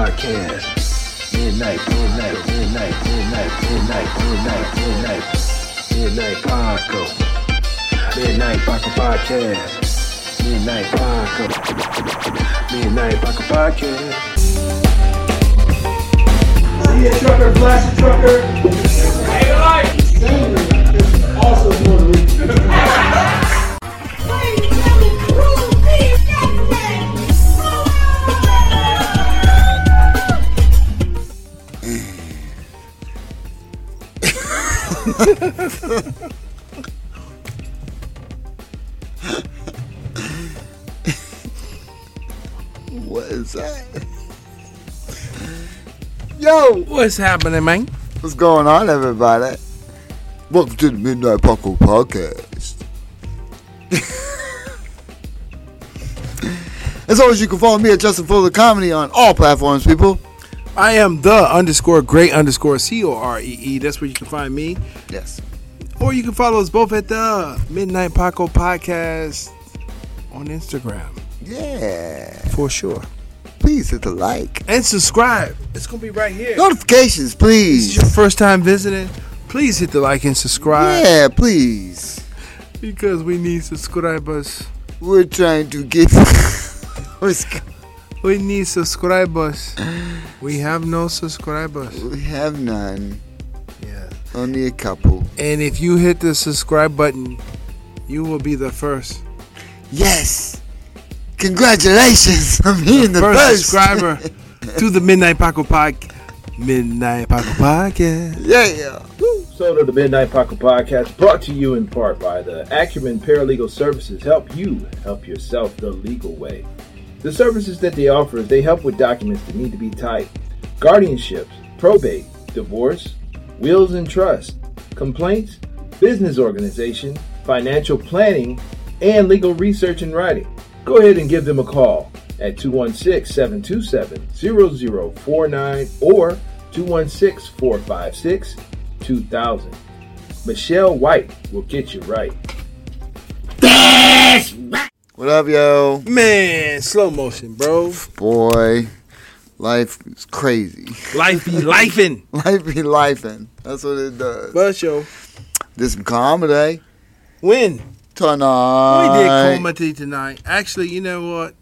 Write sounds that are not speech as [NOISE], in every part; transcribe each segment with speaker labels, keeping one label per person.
Speaker 1: Podcast. Midnight, midnight, midnight, midnight, midnight, midnight, midnight, midnight, Paco. Midnight Paco Podcast. Midnight Paco. Midnight Paco Podcast.
Speaker 2: Be a trucker, blast a trucker. Hey, life. Also, doing it.
Speaker 3: What is that? Yo,
Speaker 4: What's happening, man?
Speaker 3: [LAUGHS] what's going on, everybody? Welcome to the Midnight Paco Podcast. [LAUGHS] As always, you can follow me at Justin Fuller Comedy on all platforms, people.
Speaker 4: I am the underscore great underscore C O R E E. That's where you can find me.
Speaker 3: Yes.
Speaker 4: Or you can follow us both at the Midnight Paco Podcast on Instagram
Speaker 3: Yeah.
Speaker 4: for sure.
Speaker 3: Please hit the like.
Speaker 4: And subscribe. It's going to be right here.
Speaker 3: Notifications,
Speaker 4: This is your
Speaker 3: please.
Speaker 4: first time visiting. Please hit the like and subscribe
Speaker 3: Yeah, please.
Speaker 4: because we need subscribers.
Speaker 3: We're trying to get. [LAUGHS]
Speaker 4: We need subscribers. We have no subscribers.
Speaker 3: we have none.
Speaker 4: Yeah.
Speaker 3: Only a couple.
Speaker 4: And if you hit the subscribe button, you will be the first.
Speaker 3: Yes. Congratulations. I'm hitting the,
Speaker 4: first,
Speaker 3: first. [LAUGHS]
Speaker 4: subscriber to the Midnight Paco Podcast. Midnight Paco Podcast.
Speaker 3: Yeah, yeah.
Speaker 1: So to the Midnight Paco Podcast, brought to you in part by the Acumen Paralegal Services. Help you help yourself the legal way. The services that they offer is they help with documents that need to be typed, guardianships, probate, divorce, wills and trust, complaints, business organization, financial planning, and legal research and writing. Go ahead and give them a call at 216-727-0049 or 216-456-2000. Michelle White will get you right.
Speaker 3: What up, yo?
Speaker 4: Man, slow motion, bro.
Speaker 3: Boy, life is crazy. [LAUGHS]
Speaker 4: Life [LAUGHS] be lifing.
Speaker 3: Life be lifing. That's what it does.
Speaker 4: But yo,
Speaker 3: Did some comedy
Speaker 4: when? We
Speaker 3: tonight.
Speaker 4: did comedy tonight. Actually, you know what?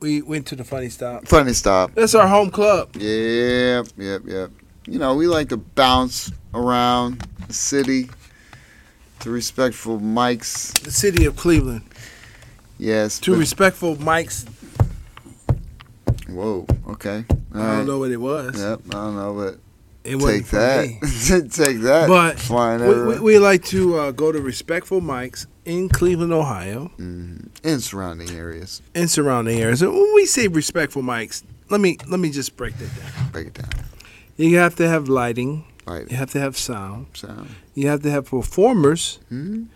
Speaker 4: We went to the funny stop.
Speaker 3: Funny stop.
Speaker 4: That's our home club.
Speaker 3: Yep, yep, yep. You know, we like to bounce around the city to respectful mics.
Speaker 4: The city of Cleveland.
Speaker 3: Yes.
Speaker 4: To
Speaker 3: but-
Speaker 4: respectful mics.
Speaker 3: Whoa. Okay. All
Speaker 4: I
Speaker 3: right.
Speaker 4: don't know what it was.
Speaker 3: Yep. I don't know, but
Speaker 4: It wasn't
Speaker 3: Take
Speaker 4: for
Speaker 3: that.
Speaker 4: me.
Speaker 3: [LAUGHS] Take that.
Speaker 4: But
Speaker 3: flying
Speaker 4: we, we,
Speaker 3: over
Speaker 4: we like to uh, go to respectful mics in Cleveland, Ohio,
Speaker 3: Mm. in surrounding areas.
Speaker 4: and surrounding areas. And when we say respectful mics, let me let me just break that down.
Speaker 3: Break it down.
Speaker 4: You have to have lighting.
Speaker 3: Right.
Speaker 4: You have to have sound.
Speaker 3: Sound.
Speaker 4: You have to have performers
Speaker 3: Mhm.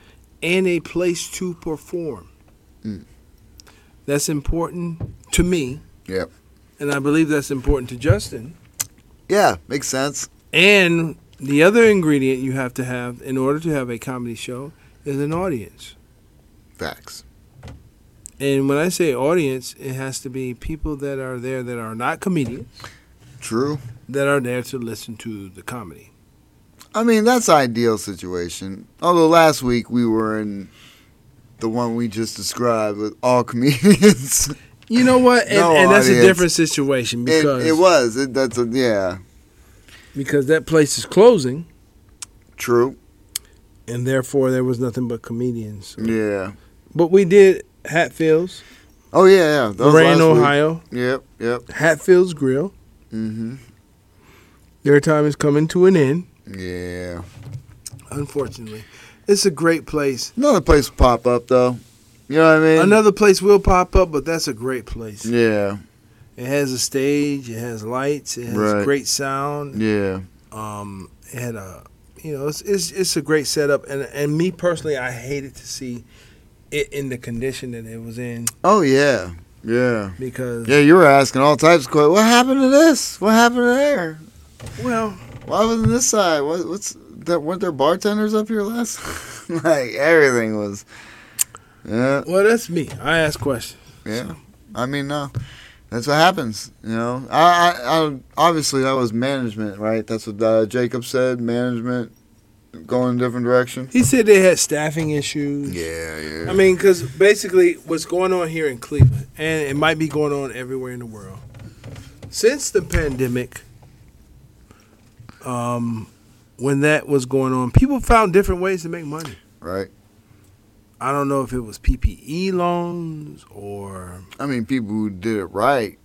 Speaker 4: and a place to perform.
Speaker 3: Mm.
Speaker 4: That's important to me,
Speaker 3: Yep.
Speaker 4: and I believe that's important to Justin.
Speaker 3: Yeah. Makes sense.
Speaker 4: And the other ingredient you have to have in order to have a comedy show is an audience.
Speaker 3: Facts.
Speaker 4: And when I say audience, it has to be people that are there that are not comedians,
Speaker 3: True.
Speaker 4: that are there to listen to the comedy.
Speaker 3: I mean, that's ideal situation. Although last week we were in the one we just described with all [LAUGHS] comedians.
Speaker 4: You know what? And,
Speaker 3: No
Speaker 4: and that's a
Speaker 3: audience.
Speaker 4: different situation
Speaker 3: it,
Speaker 4: because
Speaker 3: it was. It, that's a, yeah.
Speaker 4: because that place is closing,
Speaker 3: True.
Speaker 4: and therefore there was nothing but comedians.
Speaker 3: Yeah.
Speaker 4: But we did Hatfields,
Speaker 3: Oh yeah. Yeah. That was
Speaker 4: Lorain,
Speaker 3: last week.
Speaker 4: Ohio, Mm-hmm.
Speaker 3: Yep. Yep.
Speaker 4: Hatfields Grill.
Speaker 3: Mhm.
Speaker 4: Their time is coming to an end,
Speaker 3: Yeah.
Speaker 4: unfortunately. It's a great place.
Speaker 3: Another place will pop up though. You know what I mean?
Speaker 4: Another place will pop up, but that's a great place.
Speaker 3: Yeah.
Speaker 4: It has a stage, it has lights, it has
Speaker 3: Right.
Speaker 4: great sound.
Speaker 3: Yeah.
Speaker 4: um, and uh, you know, it's, it's it's a great setup. And and me personally, I hated to see it in the condition that it was in
Speaker 3: Oh yeah. Yeah.
Speaker 4: because
Speaker 3: Yeah, you were asking all types of questions. What happened to this? What happened to there?
Speaker 4: well,
Speaker 3: Why wasn't this side? What, what's that? Weren't there bartenders up here [LAUGHS] last? like everything was. Yeah,
Speaker 4: well that's me. I ask questions.
Speaker 3: Yeah. I mean, no. That's what happens, you know. I, I, I obviously that was management, right? That's what uh, Jacob said. Management going in a different direction.
Speaker 4: He said they had staffing issues.
Speaker 3: Yeah, yeah.
Speaker 4: I mean, because basically, what's going on here in Cleveland, and it might be going on everywhere in the world, since the pandemic, um, when that was going on, people found different ways to make money.
Speaker 3: right.
Speaker 4: I don't know if it was PPE loans or
Speaker 3: I mean, people who did it right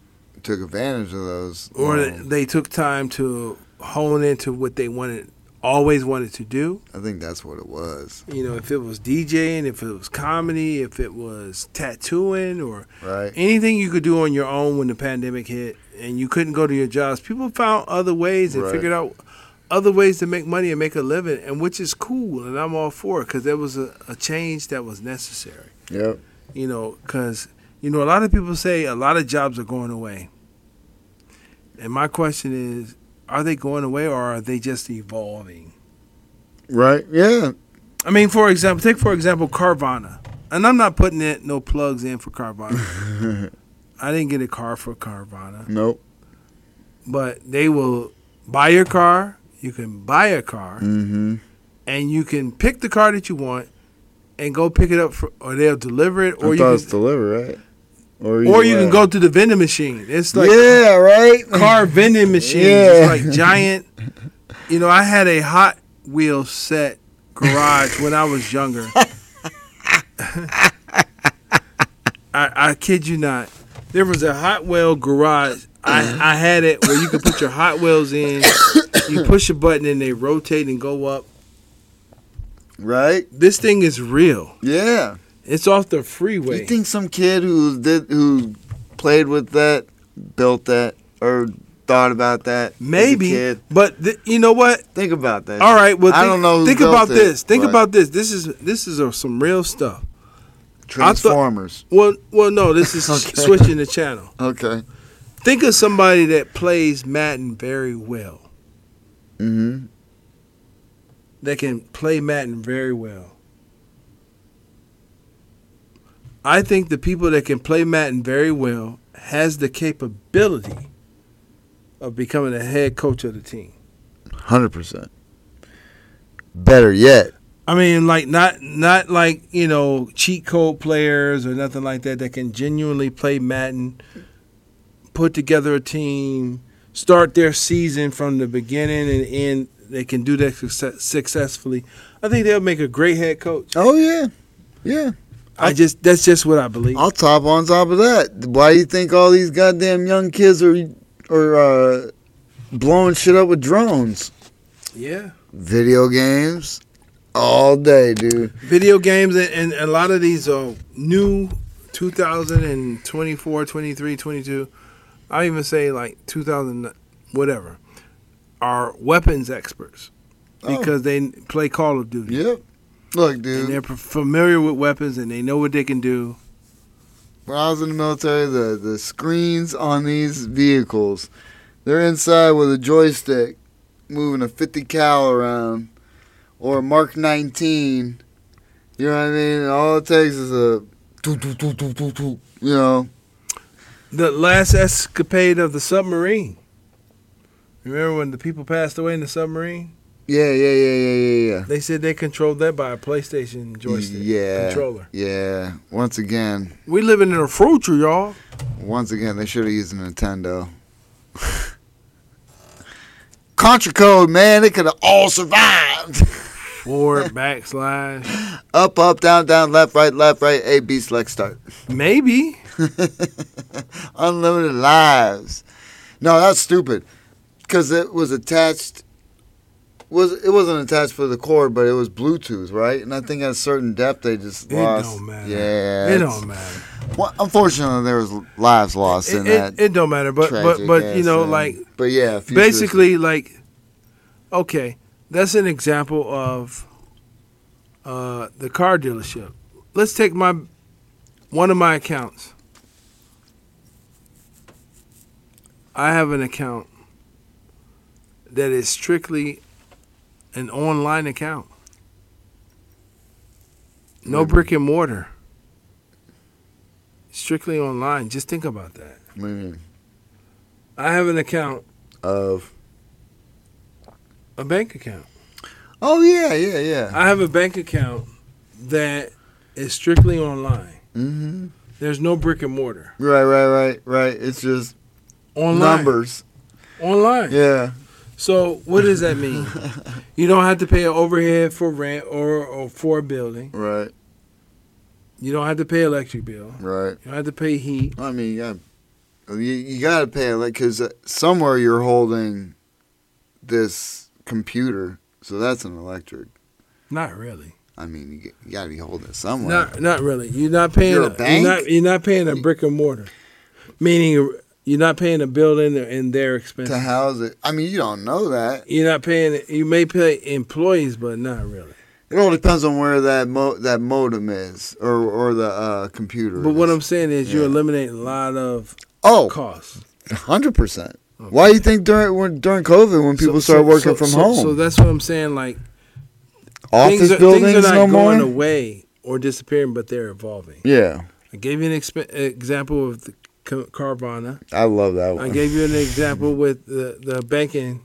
Speaker 3: took advantage of those.
Speaker 4: or
Speaker 3: loans.
Speaker 4: they took time to hone into what they wanted, always wanted to do.
Speaker 3: I think that's what it was,
Speaker 4: You know, if it was DJing, if it was comedy, if it was tattooing, or
Speaker 3: right?
Speaker 4: anything you could do on your own when the pandemic hit and you couldn't go to your jobs, people found other ways and
Speaker 3: Right.
Speaker 4: figured out other ways to make money and make a living, and which is cool, and I'm all for it because there was a, a change that was necessary.
Speaker 3: Yep.
Speaker 4: You know, because you know a lot of people say a lot of jobs are going away, and my question is, are they going away or are they just evolving?
Speaker 3: Right. Yeah.
Speaker 4: I mean, for example, take for example Carvana, and I'm not putting it no plugs in for Carvana.
Speaker 3: [LAUGHS]
Speaker 4: I didn't get a car for Carvana,
Speaker 3: Nope.
Speaker 4: but they will buy your car. You can buy a car,
Speaker 3: Mm-hmm.
Speaker 4: and you can pick the car that you want, and go pick it up, for, or they'll deliver it, or
Speaker 3: I
Speaker 4: you
Speaker 3: thought it was
Speaker 4: can,
Speaker 3: delivered, right? Or
Speaker 4: or
Speaker 3: either
Speaker 4: you can
Speaker 3: way.
Speaker 4: go to the vending machine. It's like
Speaker 3: [LAUGHS] yeah. Right.
Speaker 4: car vending machines,
Speaker 3: Yeah.
Speaker 4: It's like giant. You know, I had a Hot Wheel set garage when I was younger. [LAUGHS] I, I kid you not. There was a Hot Wheel garage.
Speaker 3: Uh-huh.
Speaker 4: I, I had it where you could put your Hot Wheels in. You push a button and they rotate and go up.
Speaker 3: Right.
Speaker 4: This thing is real.
Speaker 3: Yeah.
Speaker 4: It's off the freeway.
Speaker 3: You think some kid who did who played with that built that or thought about that? as a
Speaker 4: Maybe,
Speaker 3: kid?
Speaker 4: but th- you know what?
Speaker 3: Think about that.
Speaker 4: All right. Well,
Speaker 3: I
Speaker 4: think,
Speaker 3: don't know who
Speaker 4: Think
Speaker 3: built
Speaker 4: about
Speaker 3: it,
Speaker 4: this. Think
Speaker 3: but-
Speaker 4: about this. This is this is uh, some real stuff. thought-
Speaker 3: Transformers.
Speaker 4: Well, well, no, this is s-
Speaker 3: Okay.
Speaker 4: switching the channel.
Speaker 3: okay.
Speaker 4: Think of somebody that plays Madden very well.
Speaker 3: Mm-hmm.
Speaker 4: That can play Madden very well. I think the people that can play Madden very well has the capability of becoming a head coach of the team.
Speaker 3: Hundred percent. Better yet,
Speaker 4: I mean, like not not like you know cheat code players or nothing like that that can genuinely play Madden, put together a team, start their season from the beginning and end. They can do that success- successfully. I think they'll make a great head coach.
Speaker 3: Oh yeah, yeah.
Speaker 4: I just that's just what I believe.
Speaker 3: I'll top on top of that. Why do you think all these goddamn young kids are are uh, blowing shit up with drones?
Speaker 4: Yeah,
Speaker 3: Video games all day, dude.
Speaker 4: video games and, and a lot of these are new 2024 23 22 i even say like 2000 whatever are weapons experts
Speaker 3: Oh.
Speaker 4: because they play call of duty
Speaker 3: Yep. Look,
Speaker 4: and they're
Speaker 3: dude.
Speaker 4: p- familiar with weapons and they know what they can do
Speaker 3: When I was in the military, the the screens on these vehicles, they're inside with a joystick, moving a fifty cal around, or a Mark nineteen. You know what I mean? All it takes is a, doo, doo, doo, doo, doo, doo, you know.
Speaker 4: the last escapade of the submarine remember when the people passed away in the submarine
Speaker 3: Yeah, yeah, yeah, yeah, yeah, yeah.
Speaker 4: they said they controlled that by a playstation joystick
Speaker 3: Yeah.
Speaker 4: controller
Speaker 3: Yeah. Once again,
Speaker 4: we living in a future y'all
Speaker 3: once again, they should have used a Nintendo. [LAUGHS] Contra code, man. They could have all survived. [LAUGHS]
Speaker 4: forward backslash
Speaker 3: up, up, down, down, left, right, left, right, A, B, select, start. [LAUGHS]
Speaker 4: Maybe.
Speaker 3: Unlimited lives. No, that's stupid. Because it was attached. Was it wasn't attached for the cord, but it was Bluetooth, right? And I think at a certain depth, they just
Speaker 4: It
Speaker 3: lost.
Speaker 4: don't matter.
Speaker 3: Yeah,
Speaker 4: it
Speaker 3: it's-
Speaker 4: don't matter.
Speaker 3: Well, unfortunately, there was lives lost in
Speaker 4: It,
Speaker 3: that.
Speaker 4: it, it don't matter. But but
Speaker 3: tragic
Speaker 4: but you know,
Speaker 3: accident.
Speaker 4: like
Speaker 3: But yeah, futuristic.
Speaker 4: basically, like okay, that's an example of uh, the car dealership. Let's take my one of my accounts. I have an account that is strictly an online account. No brick and mortar. strictly online. Just think about that.
Speaker 3: What do you mean?
Speaker 4: I have an account,
Speaker 3: Of.
Speaker 4: a bank account.
Speaker 3: Oh yeah, yeah, yeah.
Speaker 4: I have a bank account that is strictly online.
Speaker 3: Mm-hmm.
Speaker 4: There's no brick and mortar.
Speaker 3: Right, right, right, right. It's just
Speaker 4: Online.
Speaker 3: numbers.
Speaker 4: Online.
Speaker 3: Yeah.
Speaker 4: So what does that mean? you don't have to pay an overhead for rent or, or for a building.
Speaker 3: Right,
Speaker 4: You don't have to pay electric bill.
Speaker 3: right.
Speaker 4: You don't have to pay heat.
Speaker 3: I mean, you got you, you got to pay like because somewhere you're holding this computer, so that's an electric.
Speaker 4: Not really.
Speaker 3: I mean, you, g- you got to be holding it somewhere.
Speaker 4: Not not really. You're not paying
Speaker 3: You're a
Speaker 4: a,
Speaker 3: bank?
Speaker 4: You're not, you're not paying a brick and mortar. Meaning you're not paying a building and their
Speaker 3: to
Speaker 4: expenses.
Speaker 3: house it. I mean, you don't know that.
Speaker 4: You're not paying you may pay employees but not really.
Speaker 3: It all depends on where that mo- that modem is or or the uh, computer.
Speaker 4: But what
Speaker 3: is.
Speaker 4: I'm saying is you
Speaker 3: Yeah.
Speaker 4: eliminate a lot of
Speaker 3: oh,
Speaker 4: costs.
Speaker 3: hundred percent. Why do you think during when, during COVID when people
Speaker 4: So-
Speaker 3: started
Speaker 4: so-
Speaker 3: working
Speaker 4: so-
Speaker 3: from
Speaker 4: so-
Speaker 3: home,
Speaker 4: So that's what I'm saying like
Speaker 3: office
Speaker 4: things are,
Speaker 3: buildings
Speaker 4: things are not
Speaker 3: no more?
Speaker 4: going away or disappearing, but they're evolving.
Speaker 3: Yeah,
Speaker 4: I gave you an exp- example of the ca- Carvana.
Speaker 3: I love that
Speaker 4: I
Speaker 3: one.
Speaker 4: gave you an example with the, the banking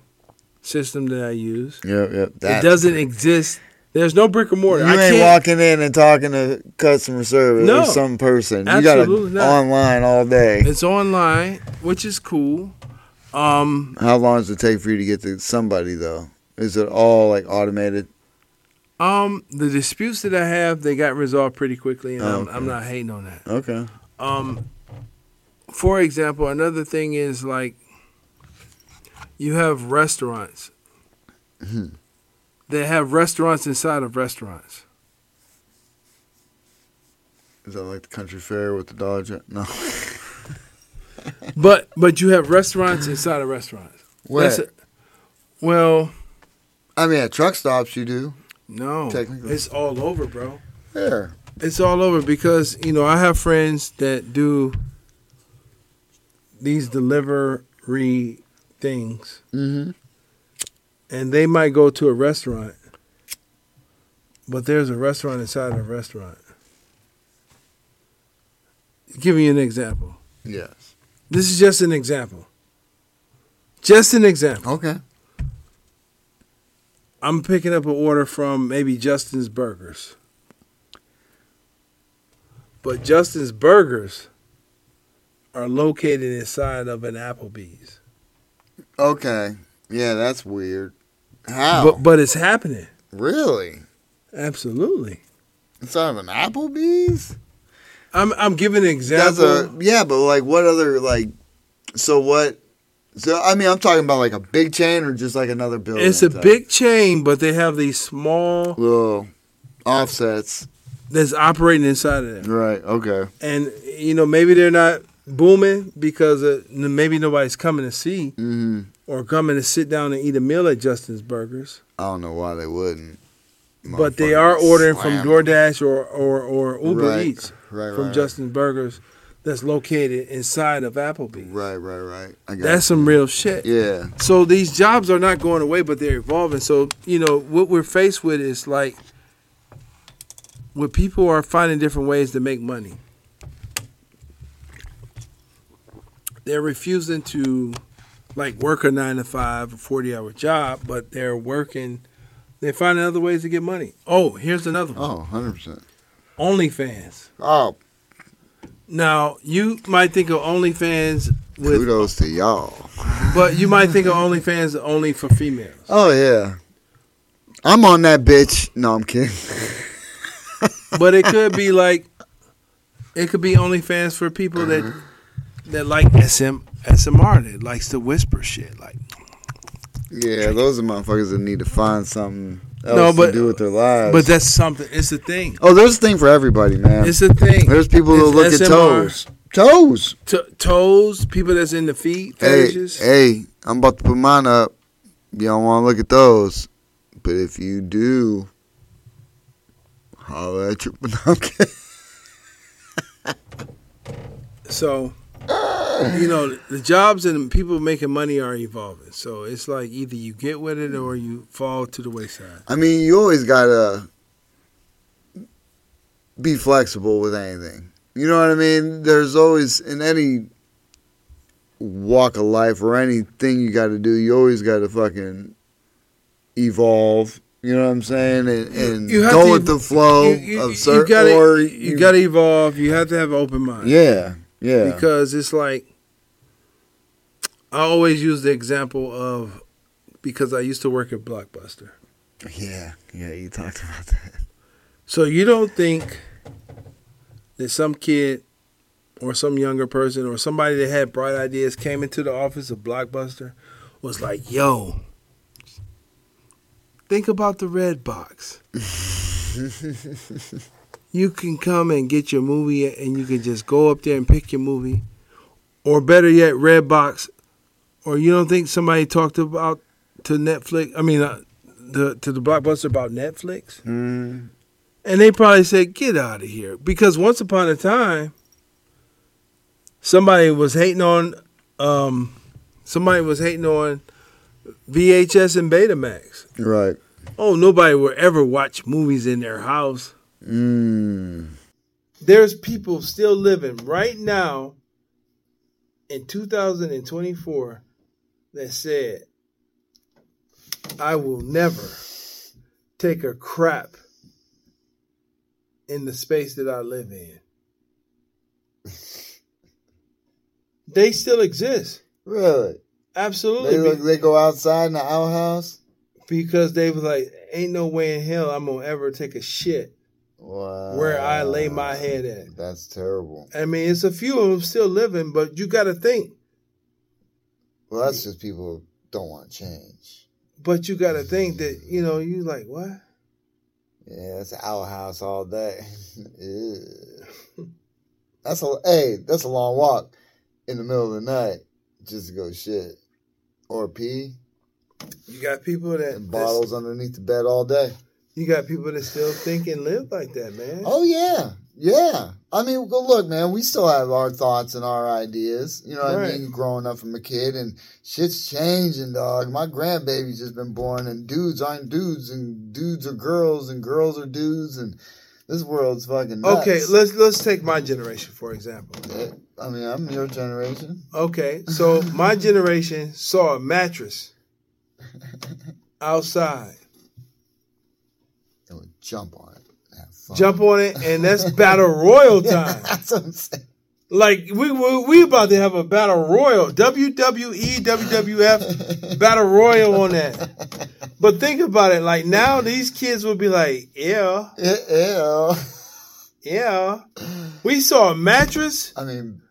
Speaker 4: system that I use.
Speaker 3: Yep, yep. That,
Speaker 4: It doesn't exist. There's no brick and mortar.
Speaker 3: You
Speaker 4: I
Speaker 3: ain't
Speaker 4: can't,
Speaker 3: walking in and talking to customer service
Speaker 4: No.
Speaker 3: or some person. you
Speaker 4: Absolutely
Speaker 3: got
Speaker 4: not.
Speaker 3: online all day.
Speaker 4: It's online, which is cool. Um,
Speaker 3: How long does it take for you to get to somebody though? Is it all like automated?
Speaker 4: um, the disputes that I have, they got resolved pretty quickly, and I'm,
Speaker 3: Oh, Okay.
Speaker 4: I'm not hating on that.
Speaker 3: Okay.
Speaker 4: Um, for example, another thing is like you have restaurants. They have restaurants inside of restaurants.
Speaker 3: Is that like the country fair with the Dodge? No. [LAUGHS]
Speaker 4: But but you have restaurants inside of restaurants.
Speaker 3: Where?
Speaker 4: That's a- well,
Speaker 3: I mean, at truck stops you do.
Speaker 4: no.
Speaker 3: Technically.
Speaker 4: It's all over, bro.
Speaker 3: There.
Speaker 4: It's all over because, you know, I have friends that do these delivery things
Speaker 3: Mm-hmm.
Speaker 4: and they might go to a restaurant. But there's a restaurant inside a restaurant. Give you an example.
Speaker 3: Yes.
Speaker 4: This is just an example. Just an example.
Speaker 3: Okay.
Speaker 4: I'm picking up an order from maybe Justin's Burgers. But Justin's Burgers are located inside of an Applebee's.
Speaker 3: Okay. Yeah, that's weird. How?
Speaker 4: But but it's happening.
Speaker 3: really?
Speaker 4: Absolutely.
Speaker 3: Inside of an Applebee's?
Speaker 4: I'm I'm giving an example.
Speaker 3: That's a yeah, but like what other like? So what? So I mean, I'm talking about like a big chain or just like another building.
Speaker 4: it's a
Speaker 3: type?
Speaker 4: big chain, but they have these small
Speaker 3: little offsets.
Speaker 4: that's operating inside of them.
Speaker 3: Right. Okay.
Speaker 4: And you know, maybe they're not booming because uh, n- maybe nobody's coming to see
Speaker 3: hmm
Speaker 4: or coming to sit down and eat a meal at Justin's Burgers.
Speaker 3: I don't know why they wouldn't.
Speaker 4: But they are
Speaker 3: Motherfucking
Speaker 4: ordering
Speaker 3: slam.
Speaker 4: from DoorDash or or, or Uber
Speaker 3: Right,
Speaker 4: Eats
Speaker 3: Right.
Speaker 4: from
Speaker 3: right,
Speaker 4: Justin Burgers that's located inside of Applebee's.
Speaker 3: Right. Right. Right. I got
Speaker 4: That's some real shit.
Speaker 3: you. yeah.
Speaker 4: So these jobs are not going away, but they're evolving. So you know what we're faced with is like, what people are finding different ways to make money. They're refusing to, like, work a nine to five or forty hour job, but they're working. They're finding other ways to get money. Oh, here's another one.
Speaker 3: Oh, 100 percent.
Speaker 4: OnlyFans.
Speaker 3: Oh,
Speaker 4: Now you might think of OnlyFans with,
Speaker 3: kudos to y'all.
Speaker 4: but you might think of OnlyFans only for females.
Speaker 3: Oh yeah. I'm on that bitch. No, I'm kidding.
Speaker 4: but it could be like it could be OnlyFans for people that
Speaker 3: Mm-hmm.
Speaker 4: that like SM SMR that likes to whisper shit. Like
Speaker 3: Yeah, those are motherfuckers that need to find something else
Speaker 4: No, but-
Speaker 3: to do with their lives.
Speaker 4: But that's something it's a thing.
Speaker 3: oh, there's a thing for everybody, man.
Speaker 4: It's a thing.
Speaker 3: there's people that
Speaker 4: It's
Speaker 3: look at
Speaker 4: SMR.
Speaker 3: toes. Toes.
Speaker 4: T- toes, people that's in the feet,
Speaker 3: Hey,
Speaker 4: fetishes.
Speaker 3: hey, I'm about to put mine up. You don't want to look at those. But if you do, holla at your. [LAUGHS] No, I'm kidding.
Speaker 4: So you know, the jobs and people making money are evolving. So it's like either you get with it or you fall to the wayside.
Speaker 3: I mean, you always gotta be flexible with anything. You know what I mean? There's always in any walk of life or anything you got to do, you always got to fucking evolve. You know what I'm saying? And, and
Speaker 4: You have
Speaker 3: go
Speaker 4: to
Speaker 3: with the flow
Speaker 4: You- you-
Speaker 3: of
Speaker 4: you
Speaker 3: certain
Speaker 4: gotta-
Speaker 3: Oh, or
Speaker 4: you, gotta evolve. You have to have an open mind.
Speaker 3: yeah yeah
Speaker 4: Because it's like I always use the example of because I used to work at Blockbuster.
Speaker 3: yeah yeah. You talked about that.
Speaker 4: So you don't think that some kid or some younger person or somebody that had bright ideas came into the office of Blockbuster was like, "Yo, think about the red box. you can come and get your movie and you can just go up there and pick your movie or better yet red box or you don't think somebody talked about to Netflix, I mean uh, the, to the Blockbuster about Netflix?
Speaker 3: Mm,
Speaker 4: And they probably said, get out of here. Because once upon a time, somebody was hating on um, somebody was hating on VHS and Betamax.
Speaker 3: right.
Speaker 4: Oh, nobody will ever watch movies in their house.
Speaker 3: Mm,
Speaker 4: There's people still living right now in 2024 that said, I will never take a crap in the space that I live in. [LAUGHS] they still exist.
Speaker 3: really? They
Speaker 4: Absolutely.
Speaker 3: look, they go outside in the outhouse.
Speaker 4: because they was like, ain't no way in hell I'm going to ever take a shit
Speaker 3: Wow.
Speaker 4: where I lay my head at.
Speaker 3: That's terrible.
Speaker 4: I mean, it's a few of them still living, but you got to think.
Speaker 3: Well, that's just people who don't want change.
Speaker 4: But you got to think that you know you like what?
Speaker 3: Yeah, it's outhouse all day. [LAUGHS] Ew. that's a hey. That's a long walk in the middle of the night just to go shit or pee
Speaker 4: You got people that
Speaker 3: and bottles underneath the bed all day.
Speaker 4: you got people that still think and live like that, man.
Speaker 3: Oh yeah, yeah. I mean, go look, man. We still have our thoughts and our ideas. You know what I
Speaker 4: Right.
Speaker 3: mean? Growing up from a kid, and shit's changing, dog. My grandbaby's just been born, and dudes aren't dudes, and dudes are girls, and girls are dudes, and this world's fucking nuts.
Speaker 4: okay, let's let's take my generation for example.
Speaker 3: I mean, I'm your generation.
Speaker 4: Okay,
Speaker 3: [LAUGHS]
Speaker 4: so my generation saw a mattress outside,
Speaker 3: They would jump on it. Have fun. [LAUGHS]
Speaker 4: jump on it, and that's battle royal time.
Speaker 3: That's what I'm saying. [LAUGHS]
Speaker 4: Like we, we we about to have a battle royal, E, WWE, WWF battle royal on that. But think about it, like now these kids will be like, yeah,
Speaker 3: Ew.
Speaker 4: yeah. We saw a mattress.
Speaker 3: I mean,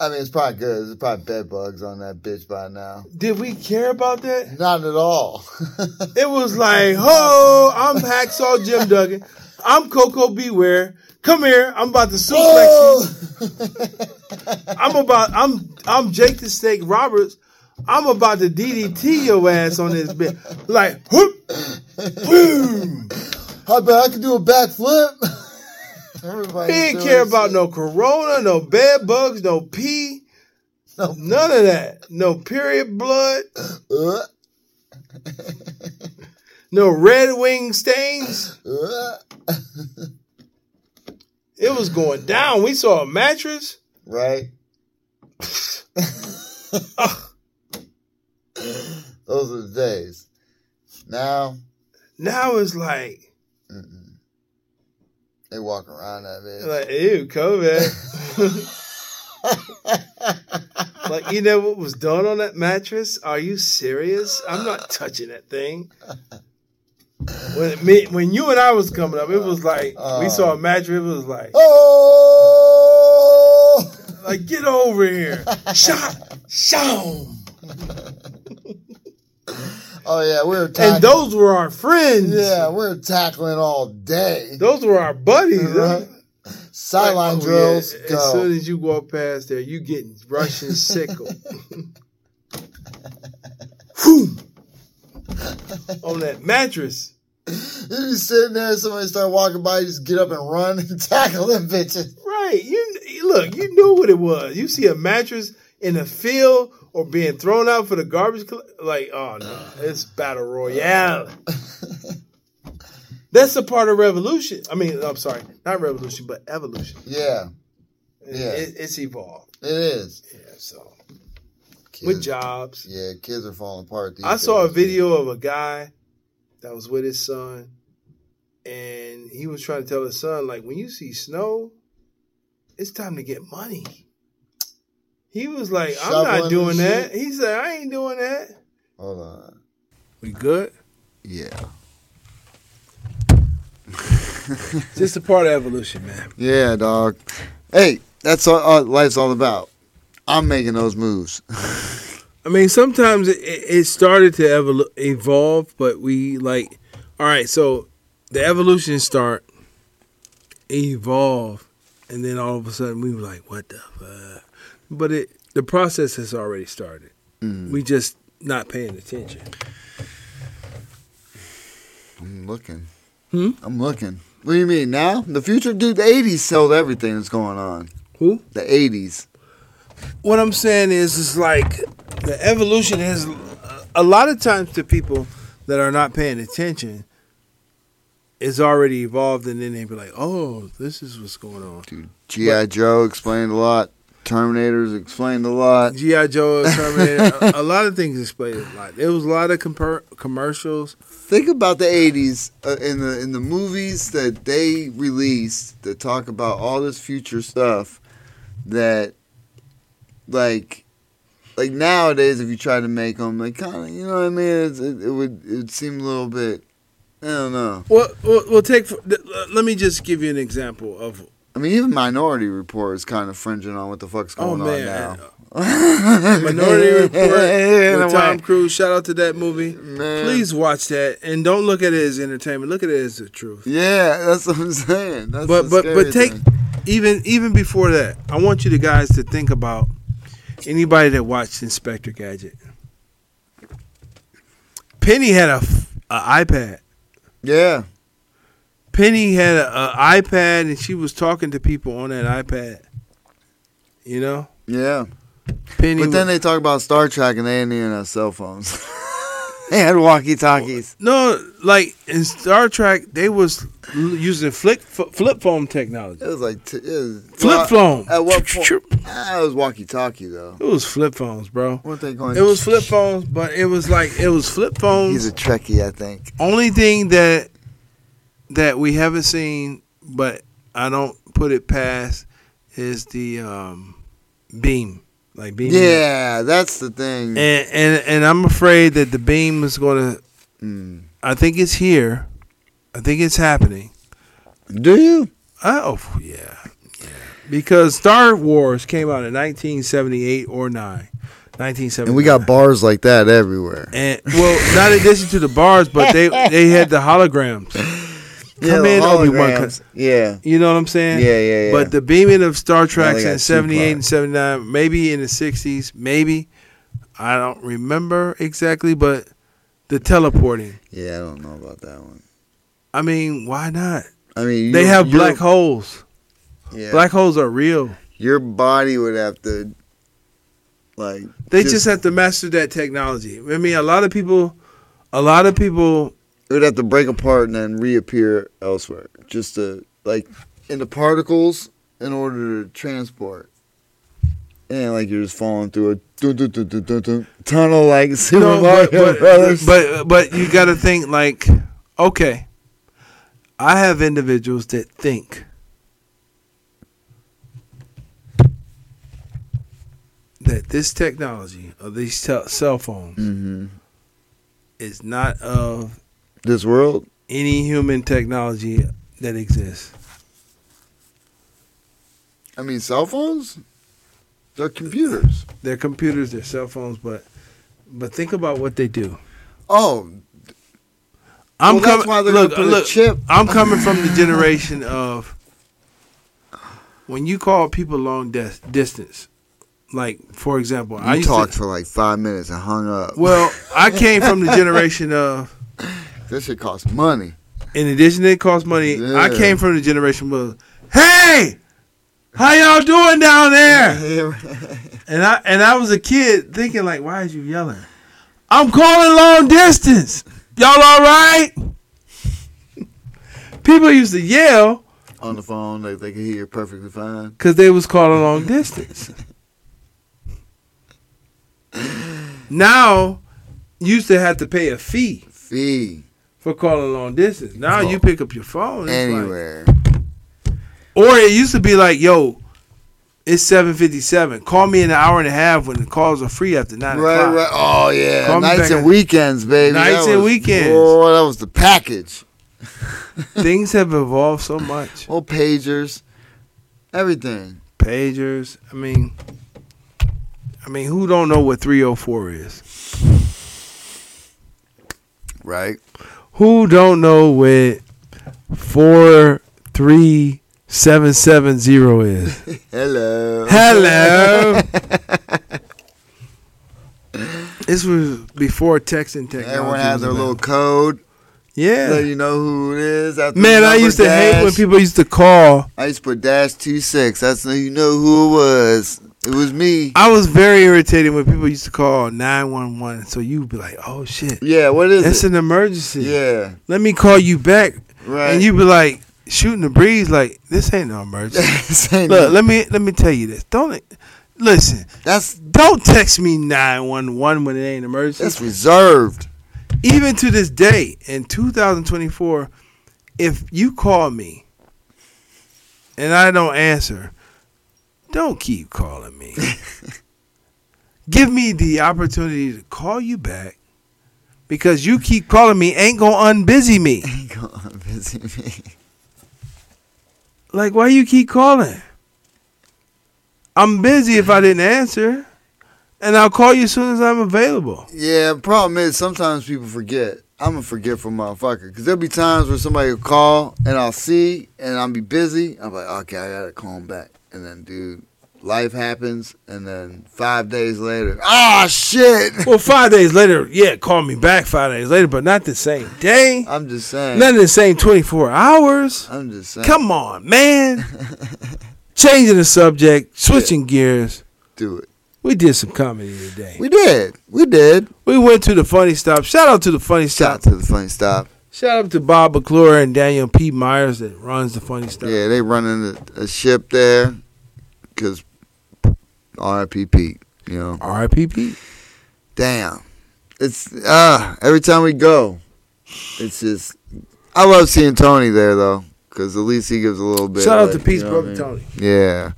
Speaker 3: I mean, it's probably good. There's probably bed bugs on that bitch by now.
Speaker 4: Did we care about that?
Speaker 3: Not at all. [LAUGHS]
Speaker 4: It was like, ho, I'm Hacksaw Jim Duggan. I'm Coco Beware. Come here. I'm about to suplex
Speaker 3: Oh!
Speaker 4: you. I'm about I'm I'm Jake the Snake Roberts. I'm about to DDT your ass on this bit. Like, whoop, boom.
Speaker 3: I bet I could do
Speaker 4: [LAUGHS]
Speaker 3: a backflip. Everybody
Speaker 4: He didn't care about no corona, no bed bugs, no pee,
Speaker 3: No.
Speaker 4: none of that. No period blood,
Speaker 3: no.
Speaker 4: no red wing stains.
Speaker 3: uh.
Speaker 4: It was going down. We saw a mattress.
Speaker 3: right? [LAUGHS] Those are the days. Now
Speaker 4: Now it's like,
Speaker 3: they walk around that bitch.
Speaker 4: like ew, COVID. like, you know what was done on that mattress? Are you serious? I'm not touching that thing. When it, me, when you and I was coming up, it was like we saw a mattress. It was
Speaker 3: [LAUGHS]
Speaker 4: like,
Speaker 3: oh!
Speaker 4: like get over here, shot, shown.
Speaker 3: Oh yeah, we're
Speaker 4: And
Speaker 3: tackling.
Speaker 4: those were our friends.
Speaker 3: yeah, we're tackling all day.
Speaker 4: Those were our buddies.
Speaker 3: Right. Sideline
Speaker 4: Oh, yeah.
Speaker 3: drills.
Speaker 4: As
Speaker 3: go.
Speaker 4: soon as you walk past there, you getting
Speaker 3: [LAUGHS]
Speaker 4: Russian sickle. Whew. On that mattress.
Speaker 3: You be sitting there, somebody start walking by, you just get up and run and [LAUGHS] tackle them bitches.
Speaker 4: Right. You you- look, you knew what it was. You see a mattress in the field or being thrown out for the garbage coll- like, oh no, it's battle
Speaker 3: [LAUGHS]
Speaker 4: royale. That's a part of revolution. I mean, I'm sorry, not revolution, but evolution.
Speaker 3: Yeah.
Speaker 5: It-
Speaker 3: Yeah.
Speaker 5: it- it's evolved.
Speaker 3: It is.
Speaker 5: Yeah, so
Speaker 3: Kids,
Speaker 5: with jobs.
Speaker 3: Yeah, kids are falling apart. These
Speaker 5: I saw a
Speaker 3: days.
Speaker 5: video of a guy that was with his son, and he was trying to tell his son, like, when you see snow, it's time to get money. He was like, I'm
Speaker 3: Shoveling
Speaker 5: not
Speaker 3: and
Speaker 5: doing
Speaker 3: shit.
Speaker 5: that. He said, I ain't doing that.
Speaker 3: Hold on.
Speaker 4: We good?
Speaker 3: Yeah.
Speaker 4: Just a part of evolution, man.
Speaker 3: Yeah, dog. Hey, that's all, all life's all about. I'm making those moves. [LAUGHS]
Speaker 4: I mean, sometimes it, it it started to evol- evolve, but we like, all right. So the evolution start, evolve, and then all of a sudden we were like, what the fuck? But it the process has already started. We just not paying attention.
Speaker 3: I'm looking.
Speaker 4: Hmm?
Speaker 3: I'm looking. What do you mean now? The future, dude. The '80s told everything that's going on.
Speaker 4: Who?
Speaker 3: The '80s.
Speaker 4: what I'm saying is, is like the evolution is a lot of times to people that are not paying attention is already evolved, and then they be like, "Oh, this is what's going on."
Speaker 3: GI Joe explained a lot. Terminators explained a lot.
Speaker 4: GI Joe, Terminator, a, a lot of things explained a lot. There was a lot of compar commercials.
Speaker 3: Think about the '80s uh, in the in the movies that they released that talk about all this future stuff. That, like, like nowadays, if you try to make them, like, kind of, you know what I mean? It's, it, it would it would seem a little bit. I don't know.
Speaker 4: Well, well, well take. For, th- let me just give you an example of.
Speaker 3: I mean, even Minority Report is kind of fringing on what the fuck's
Speaker 4: Oh
Speaker 3: going on now.
Speaker 4: man, [LAUGHS] Minority
Speaker 3: [LAUGHS]
Speaker 4: Report
Speaker 3: Yeah,
Speaker 4: with
Speaker 3: right.
Speaker 4: Tom Cruise. Shout out to that movie.
Speaker 3: Man.
Speaker 4: Please watch that and don't look at it as entertainment. Look at it as the truth.
Speaker 3: Yeah, that's what I'm saying. That's
Speaker 4: But
Speaker 3: the
Speaker 4: but
Speaker 3: scary
Speaker 4: but take
Speaker 3: thing.
Speaker 4: even even before that, I want you to guys to think about anybody that watched Inspector Gadget. Penny had a, f- a iPad.
Speaker 3: Yeah,
Speaker 4: Penny had a, a iPad and she was talking to people on that iPad. You know,
Speaker 3: yeah.
Speaker 4: Penny.
Speaker 3: But
Speaker 4: was-
Speaker 3: then they talk about Star Trek and they ain't even have cell phones. [LAUGHS] they had walkie talkies.
Speaker 4: no, like in Star Trek, they was l- using flick f- flip phone technology.
Speaker 3: It was like t- it was,
Speaker 4: Flip phone.
Speaker 3: At what point? Ah, it was walkie talkie though.
Speaker 4: It was flip phones, bro.
Speaker 3: What they going?
Speaker 4: It was flip phones, but it was like it was flip phones.
Speaker 3: He's a Trekkie, I think.
Speaker 4: only thing that that we haven't seen, but I don't put it past, is the um, beam, like beam.
Speaker 3: Yeah, that's the thing.
Speaker 4: And and and I'm afraid that the beam is going to.
Speaker 3: Mm.
Speaker 4: I think it's here. I think it's happening.
Speaker 3: Do you?
Speaker 4: Oh yeah, yeah. Because Star Wars came out in 1978 or nine. 1979.
Speaker 3: And we got bars like that everywhere.
Speaker 4: And well, not in addition to the bars, but they they had the
Speaker 3: [LAUGHS]
Speaker 4: holograms. Come in, Obi-Wan.
Speaker 3: holograms. Yeah.
Speaker 4: You know what I'm
Speaker 3: Yeah,
Speaker 4: saying?
Speaker 3: yeah, yeah.
Speaker 4: But the beaming of Star Trek
Speaker 3: got two
Speaker 4: in 78 and
Speaker 3: parts.
Speaker 4: 79, maybe in the 60s, maybe. I don't remember exactly, but the teleporting.
Speaker 3: yeah, I don't know about that one.
Speaker 4: I mean, why not?
Speaker 3: I mean,
Speaker 4: They
Speaker 3: you-
Speaker 4: have
Speaker 3: you-
Speaker 4: black holes.
Speaker 3: yeah.
Speaker 4: Black holes are real.
Speaker 3: Your body would have to, like,
Speaker 4: They just, have to master that technology. I mean, a lot of people, a lot of people,
Speaker 3: it would have to break apart and then reappear elsewhere, just to like in the particles in order to transport. And like you're just falling through a dun- dun- dun- dun- dun- dun tunnel, like [LAUGHS] Super
Speaker 4: no,
Speaker 3: Mario
Speaker 4: but, but,
Speaker 3: Brothers.
Speaker 4: but but you got to think like, okay, I have individuals that think. That this technology of these tel- cell phones
Speaker 3: hmm
Speaker 4: is not of
Speaker 3: This world,
Speaker 4: any human technology that exists.
Speaker 3: I mean, cell phones, they're computers.
Speaker 4: They're computers, they're cell phones, but but think about what they do.
Speaker 3: Oh,
Speaker 4: I'm
Speaker 3: Well, that's why they're gonna put a chip.
Speaker 4: I'm coming from the generation of when you call people long des- distance. Like for example, I
Speaker 3: you
Speaker 4: used
Speaker 3: talked
Speaker 4: to,
Speaker 3: for like five minutes and hung up.
Speaker 4: well, I came from the generation of
Speaker 3: [LAUGHS] this shit costs [LAUGHS] money.
Speaker 4: in addition to it cost money. I
Speaker 3: Yeah.
Speaker 4: came from the generation of hey, how y'all doing down there? And I and I was a kid thinking like, why is you yelling? I'm calling long [LAUGHS] distance. Y'all all right? People used to yell
Speaker 3: on the phone. Like they can hear you perfectly fine.
Speaker 4: because they was calling long distance. now, you used to have to pay a fee
Speaker 3: Fee
Speaker 4: for calling long distance. Now you pick up your phone it's like-
Speaker 3: anywhere.
Speaker 4: or it used to be like, yo, it's seven fifty seven. Call me in an hour and a half when the calls are free after nine
Speaker 3: Right,
Speaker 4: o'clock.
Speaker 3: right. Oh yeah,
Speaker 4: Call me
Speaker 3: nights
Speaker 4: back
Speaker 3: and
Speaker 4: at-
Speaker 3: weekends, baby. That
Speaker 4: Nights and
Speaker 3: was-
Speaker 4: weekends.
Speaker 3: Oh, that was the package.
Speaker 4: Things have evolved so much.
Speaker 3: Oh, pagers, everything.
Speaker 4: Pagers. I mean, I mean, who don't know what three hundred four is?
Speaker 3: Right.
Speaker 4: Who don't know what four three seven seven zero is? [LAUGHS]
Speaker 3: Hello.
Speaker 4: Hello. [LAUGHS] this was before texting technology.
Speaker 3: Everyone had
Speaker 4: was
Speaker 3: their
Speaker 4: around.
Speaker 3: little code. So
Speaker 4: Yeah.
Speaker 3: you know who it is. after the
Speaker 4: Man, I
Speaker 3: number
Speaker 4: used to hate when
Speaker 3: dash.
Speaker 4: people used to call.
Speaker 3: I used to put dash two six. That's when you know who it was. It was me.
Speaker 4: I was very irritated when people used to call 911. So you'd be like, oh shit,
Speaker 3: Yeah. What is
Speaker 4: that's
Speaker 3: it?
Speaker 4: an emergency.
Speaker 3: yeah. [LAUGHS]
Speaker 4: Let me call you back.
Speaker 3: Right.
Speaker 4: And you'd be like, shooting the breeze, like, this ain't no emergency.
Speaker 3: [LAUGHS] Same.
Speaker 4: Look, let me let me tell you this. Don't listen.
Speaker 3: that's
Speaker 4: Don't text me 911 when it ain't an emergency. [LAUGHS]
Speaker 3: that's reserved.
Speaker 4: even to this day in 2024 if you call me and i don't answer don't keep calling me give me the opportunity to call you back because you keep calling me ain't gonna unbusy me
Speaker 3: Go [LAUGHS] on, busy me.
Speaker 4: like why you keep calling i'm busy if i didn't answer and i'll call you as soon as i'm available
Speaker 3: Yeah, problem is sometimes people forget. I'm a forgetful motherfucker because there'll be times where somebody will call and I'll see and I'll be busy. I'm like, okay, I gotta call 'em back. And then, dude, life happens. And then five days later, ah, shit. [LAUGHS]
Speaker 4: well five days later yeah call me back five days later but not the same day
Speaker 3: I'm just saying.
Speaker 4: Not in the same 24 hours.
Speaker 3: I'm just saying.
Speaker 4: Come on,
Speaker 3: [LAUGHS]
Speaker 4: man. Changing the subject, switching gears.
Speaker 3: do it.
Speaker 4: We did some comedy today.
Speaker 3: We did. We did.
Speaker 4: We went to the funny stop. Shout out to the funny
Speaker 3: Shout
Speaker 4: stop.
Speaker 3: out to the funny stop.
Speaker 4: Shout out to Bob McClure and Daniel P. Myers that runs the funny stop.
Speaker 3: Yeah, they running a, a ship there because RIP Pete, you know.
Speaker 4: RIPP.
Speaker 3: Damn. It's uh every time we go, it's just I love seeing Tony there though, because at least he gives a little bit.
Speaker 4: Shout out
Speaker 3: like,
Speaker 4: to Peace
Speaker 3: you know
Speaker 4: Brother
Speaker 3: what I mean?
Speaker 4: Tony.
Speaker 3: Yeah,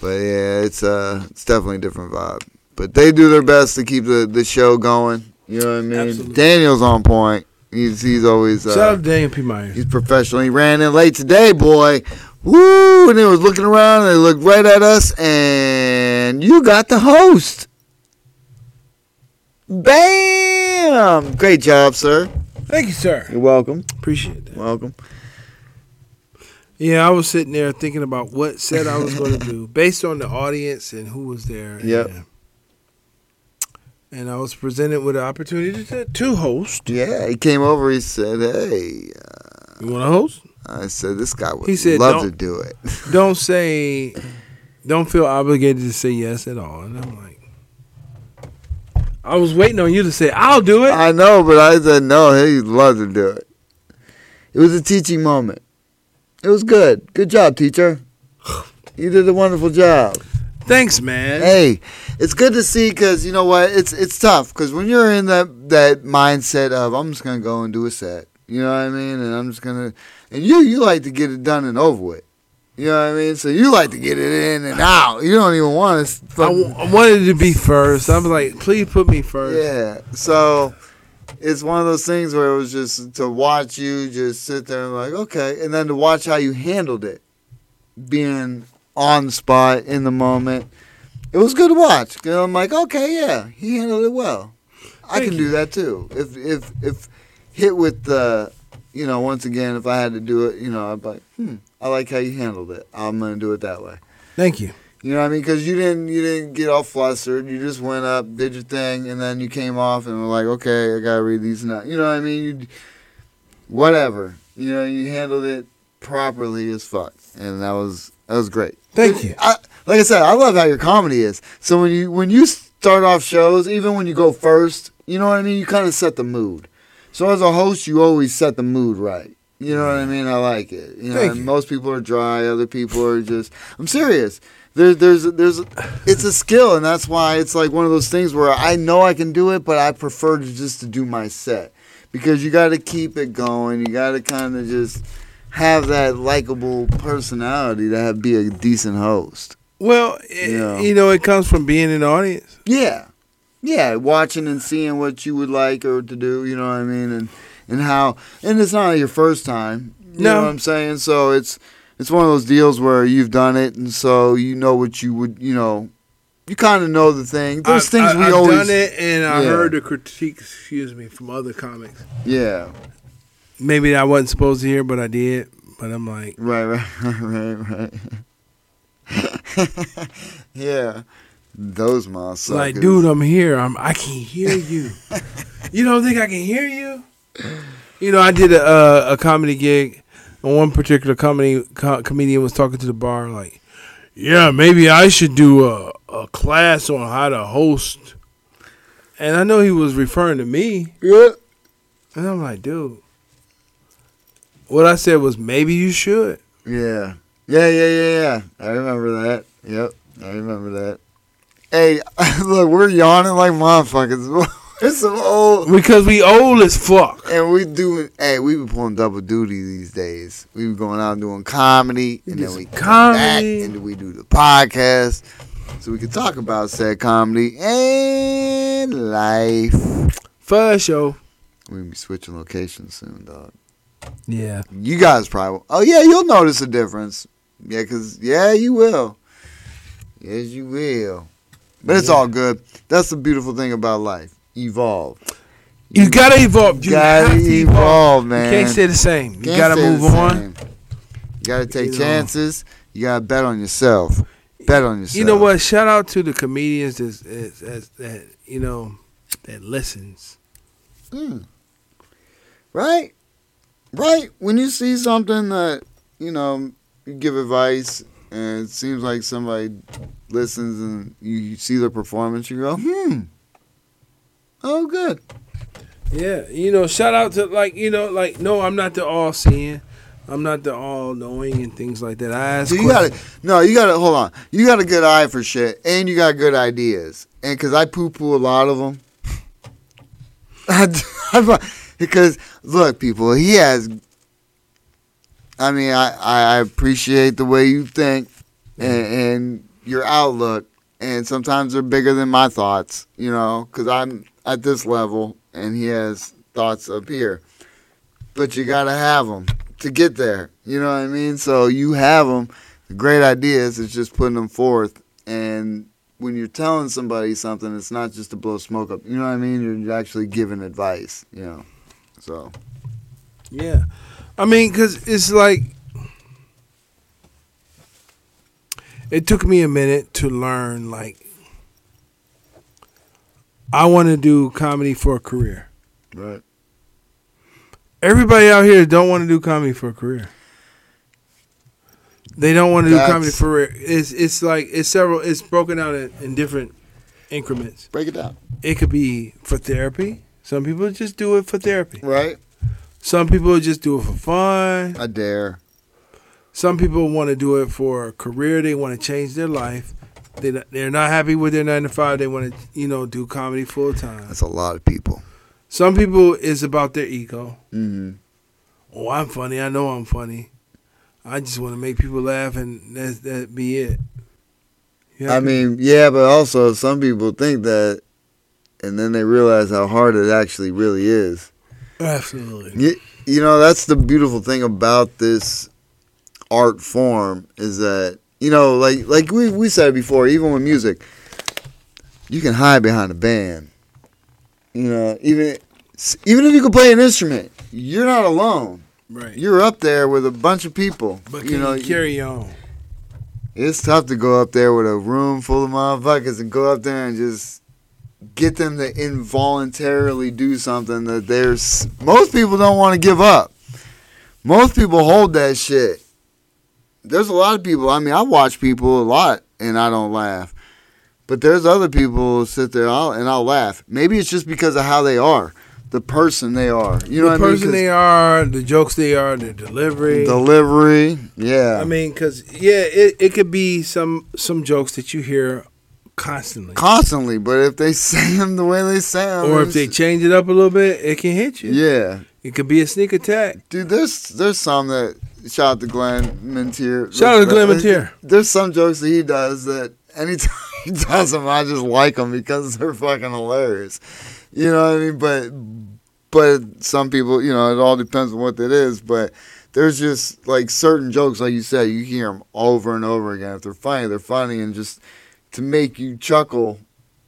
Speaker 3: but yeah, it's uh it's definitely a different vibe. But they do their best to keep the, the show going. You know what I mean?
Speaker 4: Absolutely.
Speaker 3: Daniel's on point. He's he's always uh,
Speaker 4: Shout out to Daniel P. Myers.
Speaker 3: He's professional. He ran in late today, boy. Woo! And they was looking around and they looked right at us, and you got the host. Bam! Great job, sir.
Speaker 4: Thank you, sir.
Speaker 3: You're welcome.
Speaker 4: Appreciate that.
Speaker 3: Welcome.
Speaker 4: Yeah, I was sitting there thinking about what set I was going to
Speaker 3: [LAUGHS]
Speaker 4: do based on the audience and who was there.
Speaker 3: Yep.
Speaker 4: And, and I was presented with an opportunity to, to host.
Speaker 3: Yeah, he came over. He said, "Hey."
Speaker 4: You want to host?
Speaker 3: I said, "This guy would
Speaker 4: He said,
Speaker 3: love to
Speaker 4: "Don't."
Speaker 3: do it."
Speaker 4: Don't say, don't feel obligated to say yes at all. And I'm like, I was waiting on you to say, I'll do it.
Speaker 3: I know, but I said, "No, he'd love to do it." It was a teaching moment. It was good. Good job, teacher. You did a wonderful job.
Speaker 4: Thanks, man.
Speaker 3: hey, it's good to see because you know what? It's it's tough because when you're in that that mindset of I'm just gonna go and do a set, you know what I mean, and I'm just gonna and you you like to get it done and over with, you know what I mean. So you like to get it in and out. You don't even want to.
Speaker 4: I, w- I wanted to be first. I was like, please put me first.
Speaker 3: Yeah. So it's one of those things where it was just to watch you just sit there and like, okay. And then to watch how you handled it, being on the spot in the moment. It was good to watch. 'Cause I'm like, okay, yeah, he handled it well. I
Speaker 4: Thank
Speaker 3: can do that too. If if if hit with the, you know, once again, if I had to do it, you know, I'd be like, hmm, I like how you handled it. I'm gonna do it that way.
Speaker 4: Thank you.
Speaker 3: You know what I mean? Because you didn't you didn't get all flustered. You just went up, did your thing, and then you came off and were like, okay, I gotta read these now. You know what I mean? You, whatever. You know, you handled it properly as fuck, and that was that was great.
Speaker 4: Thank you.
Speaker 3: I, like I said, I love how your comedy is. So when you when you start off shows, even when you go first, you know what I mean. You kind of set the mood. So as a host, you always set the mood right. You know what I mean? I like it. You know,
Speaker 4: Thank
Speaker 3: and
Speaker 4: you.
Speaker 3: most people are dry. Other people are just. I'm serious. There, there's, there's, it's a skill, and that's why it's like one of those things where I know I can do it, but I prefer to just to do my set because you got to keep it going. You got to kind of just have that likable personality to have, be a decent host.
Speaker 4: Well, it-
Speaker 3: Yeah.
Speaker 4: you know, it comes from being in the audience.
Speaker 3: Yeah, yeah, watching and seeing what you would like or to do. You know what I mean? And and how and it's not your first time. You
Speaker 4: No.
Speaker 3: know what I'm saying? So it's it's one of those deals where you've done it, and so you know what you would. You know, you kind of know the thing. There's things
Speaker 4: I,
Speaker 3: we
Speaker 4: have
Speaker 3: always.
Speaker 4: done it, and I
Speaker 3: Yeah.
Speaker 4: heard the critique. Excuse me, from other comics.
Speaker 3: Yeah.
Speaker 4: Maybe I wasn't supposed to hear, but I did. But I'm like,
Speaker 3: Right. Right. [LAUGHS] Right. Right. right. [LAUGHS] yeah. Those motherfuckers.
Speaker 4: like, dude, I'm here. I'm. I can hear
Speaker 3: [LAUGHS]
Speaker 4: you. you don't think I can hear you? You know, I did a uh, a comedy gig, and one particular comedy co- comedian was talking to the bar like, "Yeah, maybe I should do a a class on how to host." And I know he was referring to me.
Speaker 3: Yeah.
Speaker 4: And I'm like, dude, what I said was maybe you should.
Speaker 3: Yeah. Yeah, yeah, yeah, yeah. I remember that. Yep. I remember that. Hey, [LAUGHS] look, we're yawning like motherfuckers. [LAUGHS] We're some old
Speaker 4: Because we old as fuck.
Speaker 3: and we doing hey, we be pulling double duty these days. We be going out and doing comedy and
Speaker 4: do
Speaker 3: then
Speaker 4: some
Speaker 3: we come back
Speaker 4: comedy.
Speaker 3: and then we do the podcast. So we can talk about said comedy and life.
Speaker 4: For sure.
Speaker 3: We gonna be switching locations soon, dog.
Speaker 4: Yeah.
Speaker 3: You guys probably. Oh yeah, you'll notice a difference. Yeah, cause yeah, you will. Yes, you will. But it's all good. That's the beautiful thing about life. Evolve.
Speaker 4: You gotta evolve. You
Speaker 3: gotta
Speaker 4: have to
Speaker 3: evolve,
Speaker 4: evolve.
Speaker 3: man.
Speaker 4: You can't stay the same. you
Speaker 3: Can't
Speaker 4: gotta
Speaker 3: stay the
Speaker 4: move on.
Speaker 3: same. You gotta take
Speaker 4: You know.
Speaker 3: chances. You gotta bet on yourself. Bet on yourself.
Speaker 4: You know what? Shout out to the comedians that's, that's, that's, that you know that listens.
Speaker 3: Mm. Right? Right. When you see something that, you know, you give advice and it seems like somebody listens and you, you see their performance, you go, hmm. Oh, good.
Speaker 4: Yeah. You know, shout out to like you know like no, I'm not the all seeing. I'm not the all knowing and things like that. I ask
Speaker 3: So you got to, no, you got to, hold on. You got a good eye for shit and you got good ideas. And because I poo poo a lot of [LAUGHS] them. I, do- I'm like- because, look, people, he has, I mean, I, I, I appreciate the way you think and, and your outlook. And sometimes they're bigger than my thoughts, you know, because I'm at this level and he has thoughts up here. But you got to have them to get there. You know what I mean? So you have them. The great ideas is just putting them forth. And when you're telling somebody something, it's not just to blow smoke up. You know what I mean? You're actually giving advice. You know. So
Speaker 4: Yeah, I mean, cause it's like it took me a minute to learn. Like, I want to do comedy for a career.
Speaker 3: right.
Speaker 4: Everybody out here don't want to do comedy for a career. They don't want to do
Speaker 3: That's-
Speaker 4: comedy for career. It's it's like it's several. It's broken out in, in different increments.
Speaker 3: Break it down.
Speaker 4: It could be for therapy. Some people just do it for therapy.
Speaker 3: Right.
Speaker 4: Some people just do it for fun.
Speaker 3: I dare.
Speaker 4: Some people want to do it for a career. They want to change their life. They they're not happy with their nine to five. They want to you know do comedy full time.
Speaker 3: That's a lot of people.
Speaker 4: Some people is about their ego.
Speaker 3: hmm
Speaker 4: Oh, I'm funny. I know I'm funny. I just want to make people laugh and that that be it. You
Speaker 3: I
Speaker 4: have
Speaker 3: mean, yeah, but also some people think that, and then they realize how hard it actually really is.
Speaker 4: to- absolutely.
Speaker 3: You, you know, that's the beautiful thing about this art form is that you know, like like we we said before, even with music, you can hide behind a band. You know, even even if you can play an instrument, you're not alone.
Speaker 4: Right.
Speaker 3: You're up there with a bunch of people.
Speaker 4: but can
Speaker 3: you know,
Speaker 4: carry on.
Speaker 3: it's tough to go up there with a room full of motherfuckers and go up there and just get them to involuntarily do something that there's most people don't want to give up. Most people hold that shit. There's a lot of people. I mean, I watch people a lot and I don't laugh. But there's other people who sit there and I'll, and I'll laugh. Maybe it's just because of how they are. the person they are. You know
Speaker 4: the
Speaker 3: what I mean?
Speaker 4: person
Speaker 3: 'Cause
Speaker 4: they are, the jokes they are, their delivery.
Speaker 3: Delivery, yeah,
Speaker 4: I mean, because yeah, it, it could be some some jokes that you hear constantly,
Speaker 3: constantly. But if they [LAUGHS] say them the way they sound,
Speaker 4: or if they
Speaker 3: it's-
Speaker 4: change it up a little bit, it can hit you.
Speaker 3: yeah,
Speaker 4: It could be a sneak attack.
Speaker 3: dude, there's there's some that shout out to Glenn Mentier.
Speaker 4: Shout out to Glenn Mintier.
Speaker 3: There's some jokes that he does that anytime [LAUGHS] he does them, I just like them because they're fucking hilarious. You know what I mean? But but some people, you know, it all depends on what it is. But there's just like certain jokes, like you said, you hear them over and over again. If they're funny, they're funny, and just to make you chuckle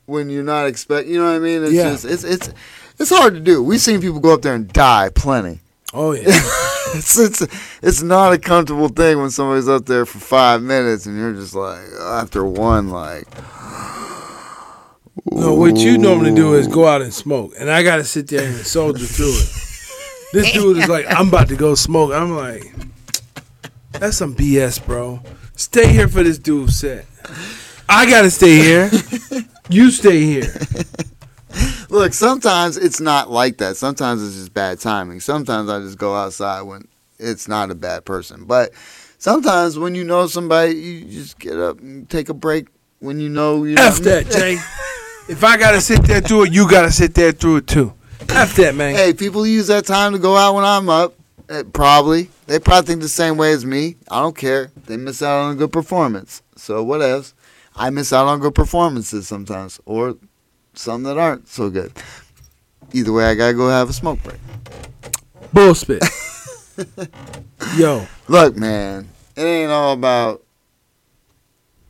Speaker 3: when you're not expect. You know what I mean? It's
Speaker 4: Yeah.
Speaker 3: just it's it's it's hard to do. We've seen people go up there and die plenty.
Speaker 4: Oh yeah,
Speaker 3: [LAUGHS] It's it's it's not a comfortable thing when somebody's up there for five minutes and you're just like after one like
Speaker 4: [LAUGHS] no. What you normally do is go out and smoke, and I gotta sit there and soldier through it.
Speaker 3: [LAUGHS]
Speaker 4: This dude is like, I'm about to go smoke. I'm like, that's some BS, bro. Stay here for this dude set. I gotta stay here. You stay here.
Speaker 3: Look, sometimes it's not like that. Sometimes it's just bad timing. Sometimes I just go outside when it's not a bad person. But sometimes when you know somebody, you just get up and take a break when you know you
Speaker 4: F that, Jay. If I gotta sit there through it, you gotta sit there through it too. F that, man.
Speaker 3: Hey, people use that time to go out when I'm up. Eh, probably. They probably think the same way as me. I don't care. They miss out on a good performance. So what else? I miss out on good performances sometimes or some that aren't so good. Either way, I got to go have a smoke break.
Speaker 4: [LAUGHS] Bullspit. Yo,
Speaker 3: Look, man, it ain't all about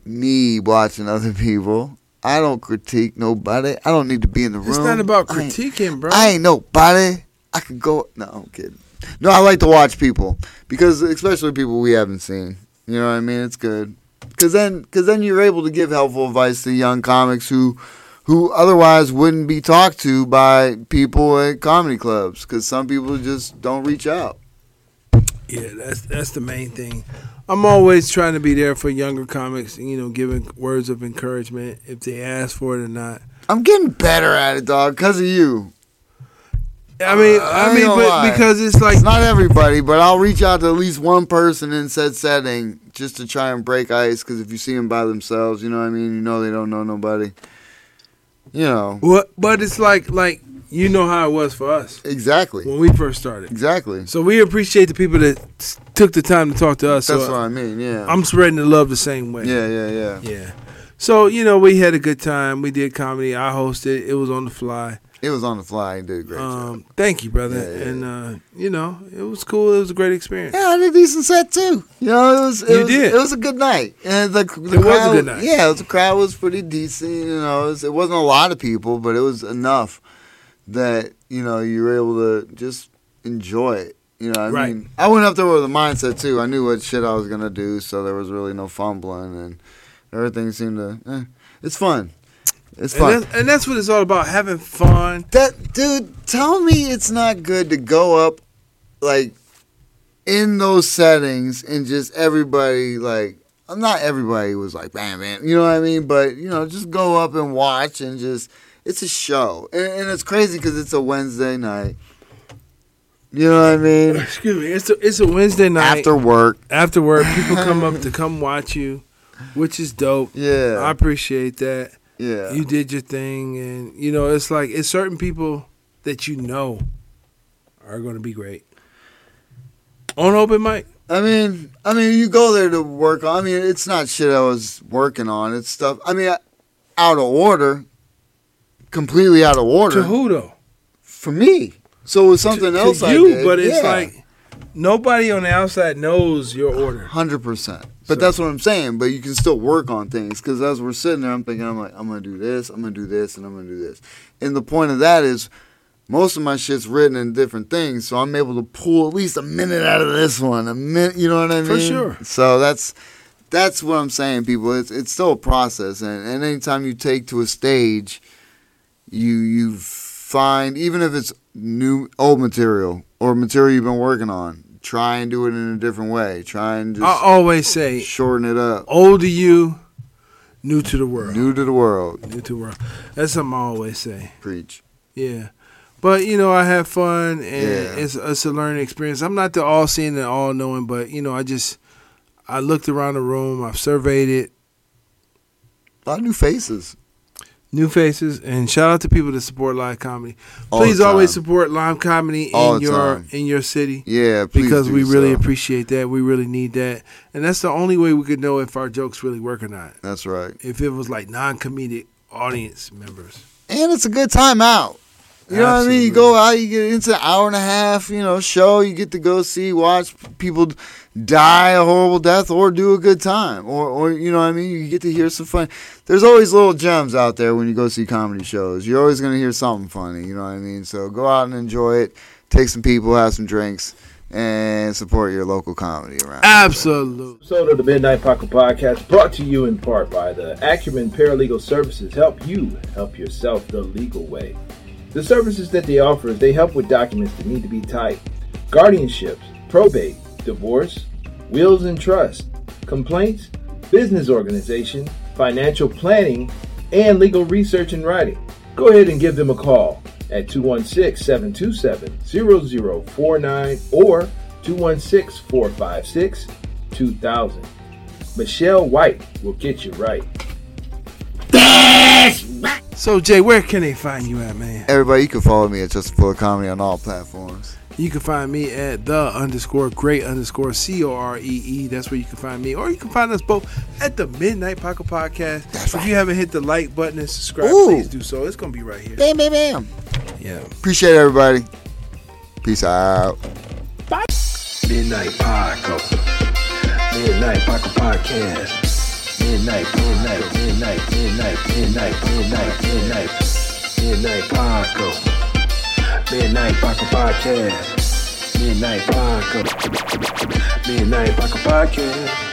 Speaker 3: me watching other people. I don't critique nobody. I don't need to be in the room.
Speaker 4: it's not about
Speaker 3: I ain't-
Speaker 4: critiquing, bro.
Speaker 3: I ain't nobody. I could go. No, I'm kidding. No, I like to watch people because, especially people we haven't seen. You know what I mean? It's good because then, because then you're able to give helpful advice to young comics who, who otherwise wouldn't be talked to by people at comedy clubs. Because some people just don't reach out.
Speaker 4: yeah, that's that's the main thing. I'm always trying to be there for younger comics, you know, giving words of encouragement if they ask for it or not.
Speaker 3: I'm getting better at it, dog, because of you.
Speaker 4: I mean,
Speaker 3: Uh, I
Speaker 4: I
Speaker 3: ain't
Speaker 4: mean,
Speaker 3: gonna
Speaker 4: but
Speaker 3: lie.
Speaker 4: because it's like
Speaker 3: It's not everybody, but I'll reach out to at least one person in said setting just to try and break ice. Because if you see them by themselves, you know what I mean. You know they don't know nobody. You know
Speaker 4: what, but it's like like you know how it was for us
Speaker 3: exactly,
Speaker 4: when we first started.
Speaker 3: exactly.
Speaker 4: So we appreciate the people that s- took the time to talk to us.
Speaker 3: That's
Speaker 4: so
Speaker 3: what I mean. Yeah.
Speaker 4: I'm spreading the love the same way.
Speaker 3: yeah, yeah, yeah.
Speaker 4: Yeah. So, you know, we had a good time. We did comedy. I hosted. It was on the fly.
Speaker 3: It was on the fly. You did a great job.
Speaker 4: Um, thank you, brother.
Speaker 3: Yeah, yeah.
Speaker 4: And, uh, you know, it was cool. It was a great experience.
Speaker 3: Yeah, I did a decent set too. You know, it was it
Speaker 4: You
Speaker 3: was,
Speaker 4: did.
Speaker 3: it was a good night. And the, the
Speaker 4: It was a
Speaker 3: crowd,
Speaker 4: good night.
Speaker 3: Yeah, the crowd was pretty decent. You know, it, was, it wasn't a lot of people, but it was enough that you know you were able to just enjoy it. You know, what I
Speaker 4: Right.
Speaker 3: mean, I went up there with a mindset too. I knew what shit I was gonna do, so there was really no fumbling, and everything seemed to. Eh, it's fun. It's fun.
Speaker 4: And that's, and that's what it's all about having fun.
Speaker 3: That dude, tell me it's not good to go up like in those settings and just everybody like I'm not everybody was like bam bam, you know what I mean? But you know, just go up and watch and just it's a show, and, and it's crazy because it's a Wednesday night. You know what I mean?
Speaker 4: Excuse me. It's a, it's a Wednesday night.
Speaker 3: After work,
Speaker 4: Afterward, people come
Speaker 3: [LAUGHS]
Speaker 4: up to come watch you, which is dope. I
Speaker 3: yeah,
Speaker 4: appreciate that.
Speaker 3: yeah,
Speaker 4: You did your thing. And, you know, it's like it's certain people that you know are going to be great. On open mic.
Speaker 3: I mean, I mean, you go there to work on. I mean, it's not shit I was working on. It's stuff. I mean, I- out of order, completely out of order
Speaker 4: To who, though?
Speaker 3: for me. So it was something
Speaker 4: to
Speaker 3: else. I
Speaker 4: you,
Speaker 3: did.
Speaker 4: but it's
Speaker 3: Yeah.
Speaker 4: like nobody on the outside knows your order.
Speaker 3: hundred percent. But
Speaker 4: So-
Speaker 3: that's what I'm saying. But you can still work on things because as we're sitting there, I'm thinking, I'm like, I'm gonna do this, I'm gonna do this, and I'm gonna do this. And the point of that is, most of my shit's written in different things, so I'm able to pull at least a minute out of this one. A minute, you know what I mean?
Speaker 4: For sure.
Speaker 3: So that's that's what I'm saying, people. It's it's still a process, and, and anytime you take to a stage, you you find even if it's new old material or material you've been working on. Try and do it in a different way. Try and just
Speaker 4: I always say,
Speaker 3: shorten it up.
Speaker 4: old to you, new to the world. New,
Speaker 3: New to the world,
Speaker 4: to the world. That's something I always say.
Speaker 3: preach.
Speaker 4: Yeah. But you know, I have fun, and
Speaker 3: Yeah.
Speaker 4: it's it's a learning experience. I'm not the all seeing and all knowing, but you know, I just I looked around the room, I've surveyed it,
Speaker 3: A lot of new faces.
Speaker 4: new faces, and shout out to people that support live comedy.
Speaker 3: All the
Speaker 4: Please always
Speaker 3: time.
Speaker 4: support live comedy
Speaker 3: All
Speaker 4: in
Speaker 3: the
Speaker 4: your
Speaker 3: time.
Speaker 4: in your city
Speaker 3: Yeah, please
Speaker 4: because
Speaker 3: do
Speaker 4: we really
Speaker 3: so.
Speaker 4: appreciate that. We really need that, and that's the only way we could know if our jokes really work or not.
Speaker 3: That's right.
Speaker 4: If it was like non comedic audience members,
Speaker 3: And it's a good time out. You know what I mean? You go
Speaker 4: Absolutely.
Speaker 3: out, you get into an hour and a half, you know, show. You get to go see, watch people die a horrible death, or do a good time, or, or you know what I mean. You get to hear some fun. There's always little gems out there when you go see comedy shows. You're always gonna hear something funny. You know what I mean? So go out and enjoy it. Take some people, have some drinks, and support your local comedy around.
Speaker 4: absolutely.
Speaker 1: episode of the Midnight Pocket Podcast brought to you in part by the Acumen Paralegal Services. Help you help yourself the legal way. The services that they offer is they help with documents that need to be typed, guardianships, probate, divorce, wills and trust, complaints, business organization, financial planning, and legal research and writing. Go ahead and give them a call at 216 727 0049 or 216 456 2000. Michelle White will get you right.
Speaker 4: So Jay, where can they find you at, man?
Speaker 3: Everybody, you can follow me at Justin Fuller Comedy on all platforms.
Speaker 4: You can find me at the underscore great underscore C O R E E. That's where you can find me. Or you can find us both at the Midnight Pocket Podcast.
Speaker 3: That's
Speaker 4: if
Speaker 3: right.
Speaker 4: you haven't hit the like button and subscribe,
Speaker 3: Ooh.
Speaker 4: please do so. It's going to be right here.
Speaker 3: Bam, bam, bam.
Speaker 4: Yeah.
Speaker 3: Appreciate everybody. Peace out.
Speaker 1: Midnight Podcast. Midnight Pocket Podcast. Midnight, midnight, midnight, midnight, midnight, midnight, midnight, midnight Paco. Midnight Pocket Podcast. Midnight Paco. Midnight Pocket Podcast.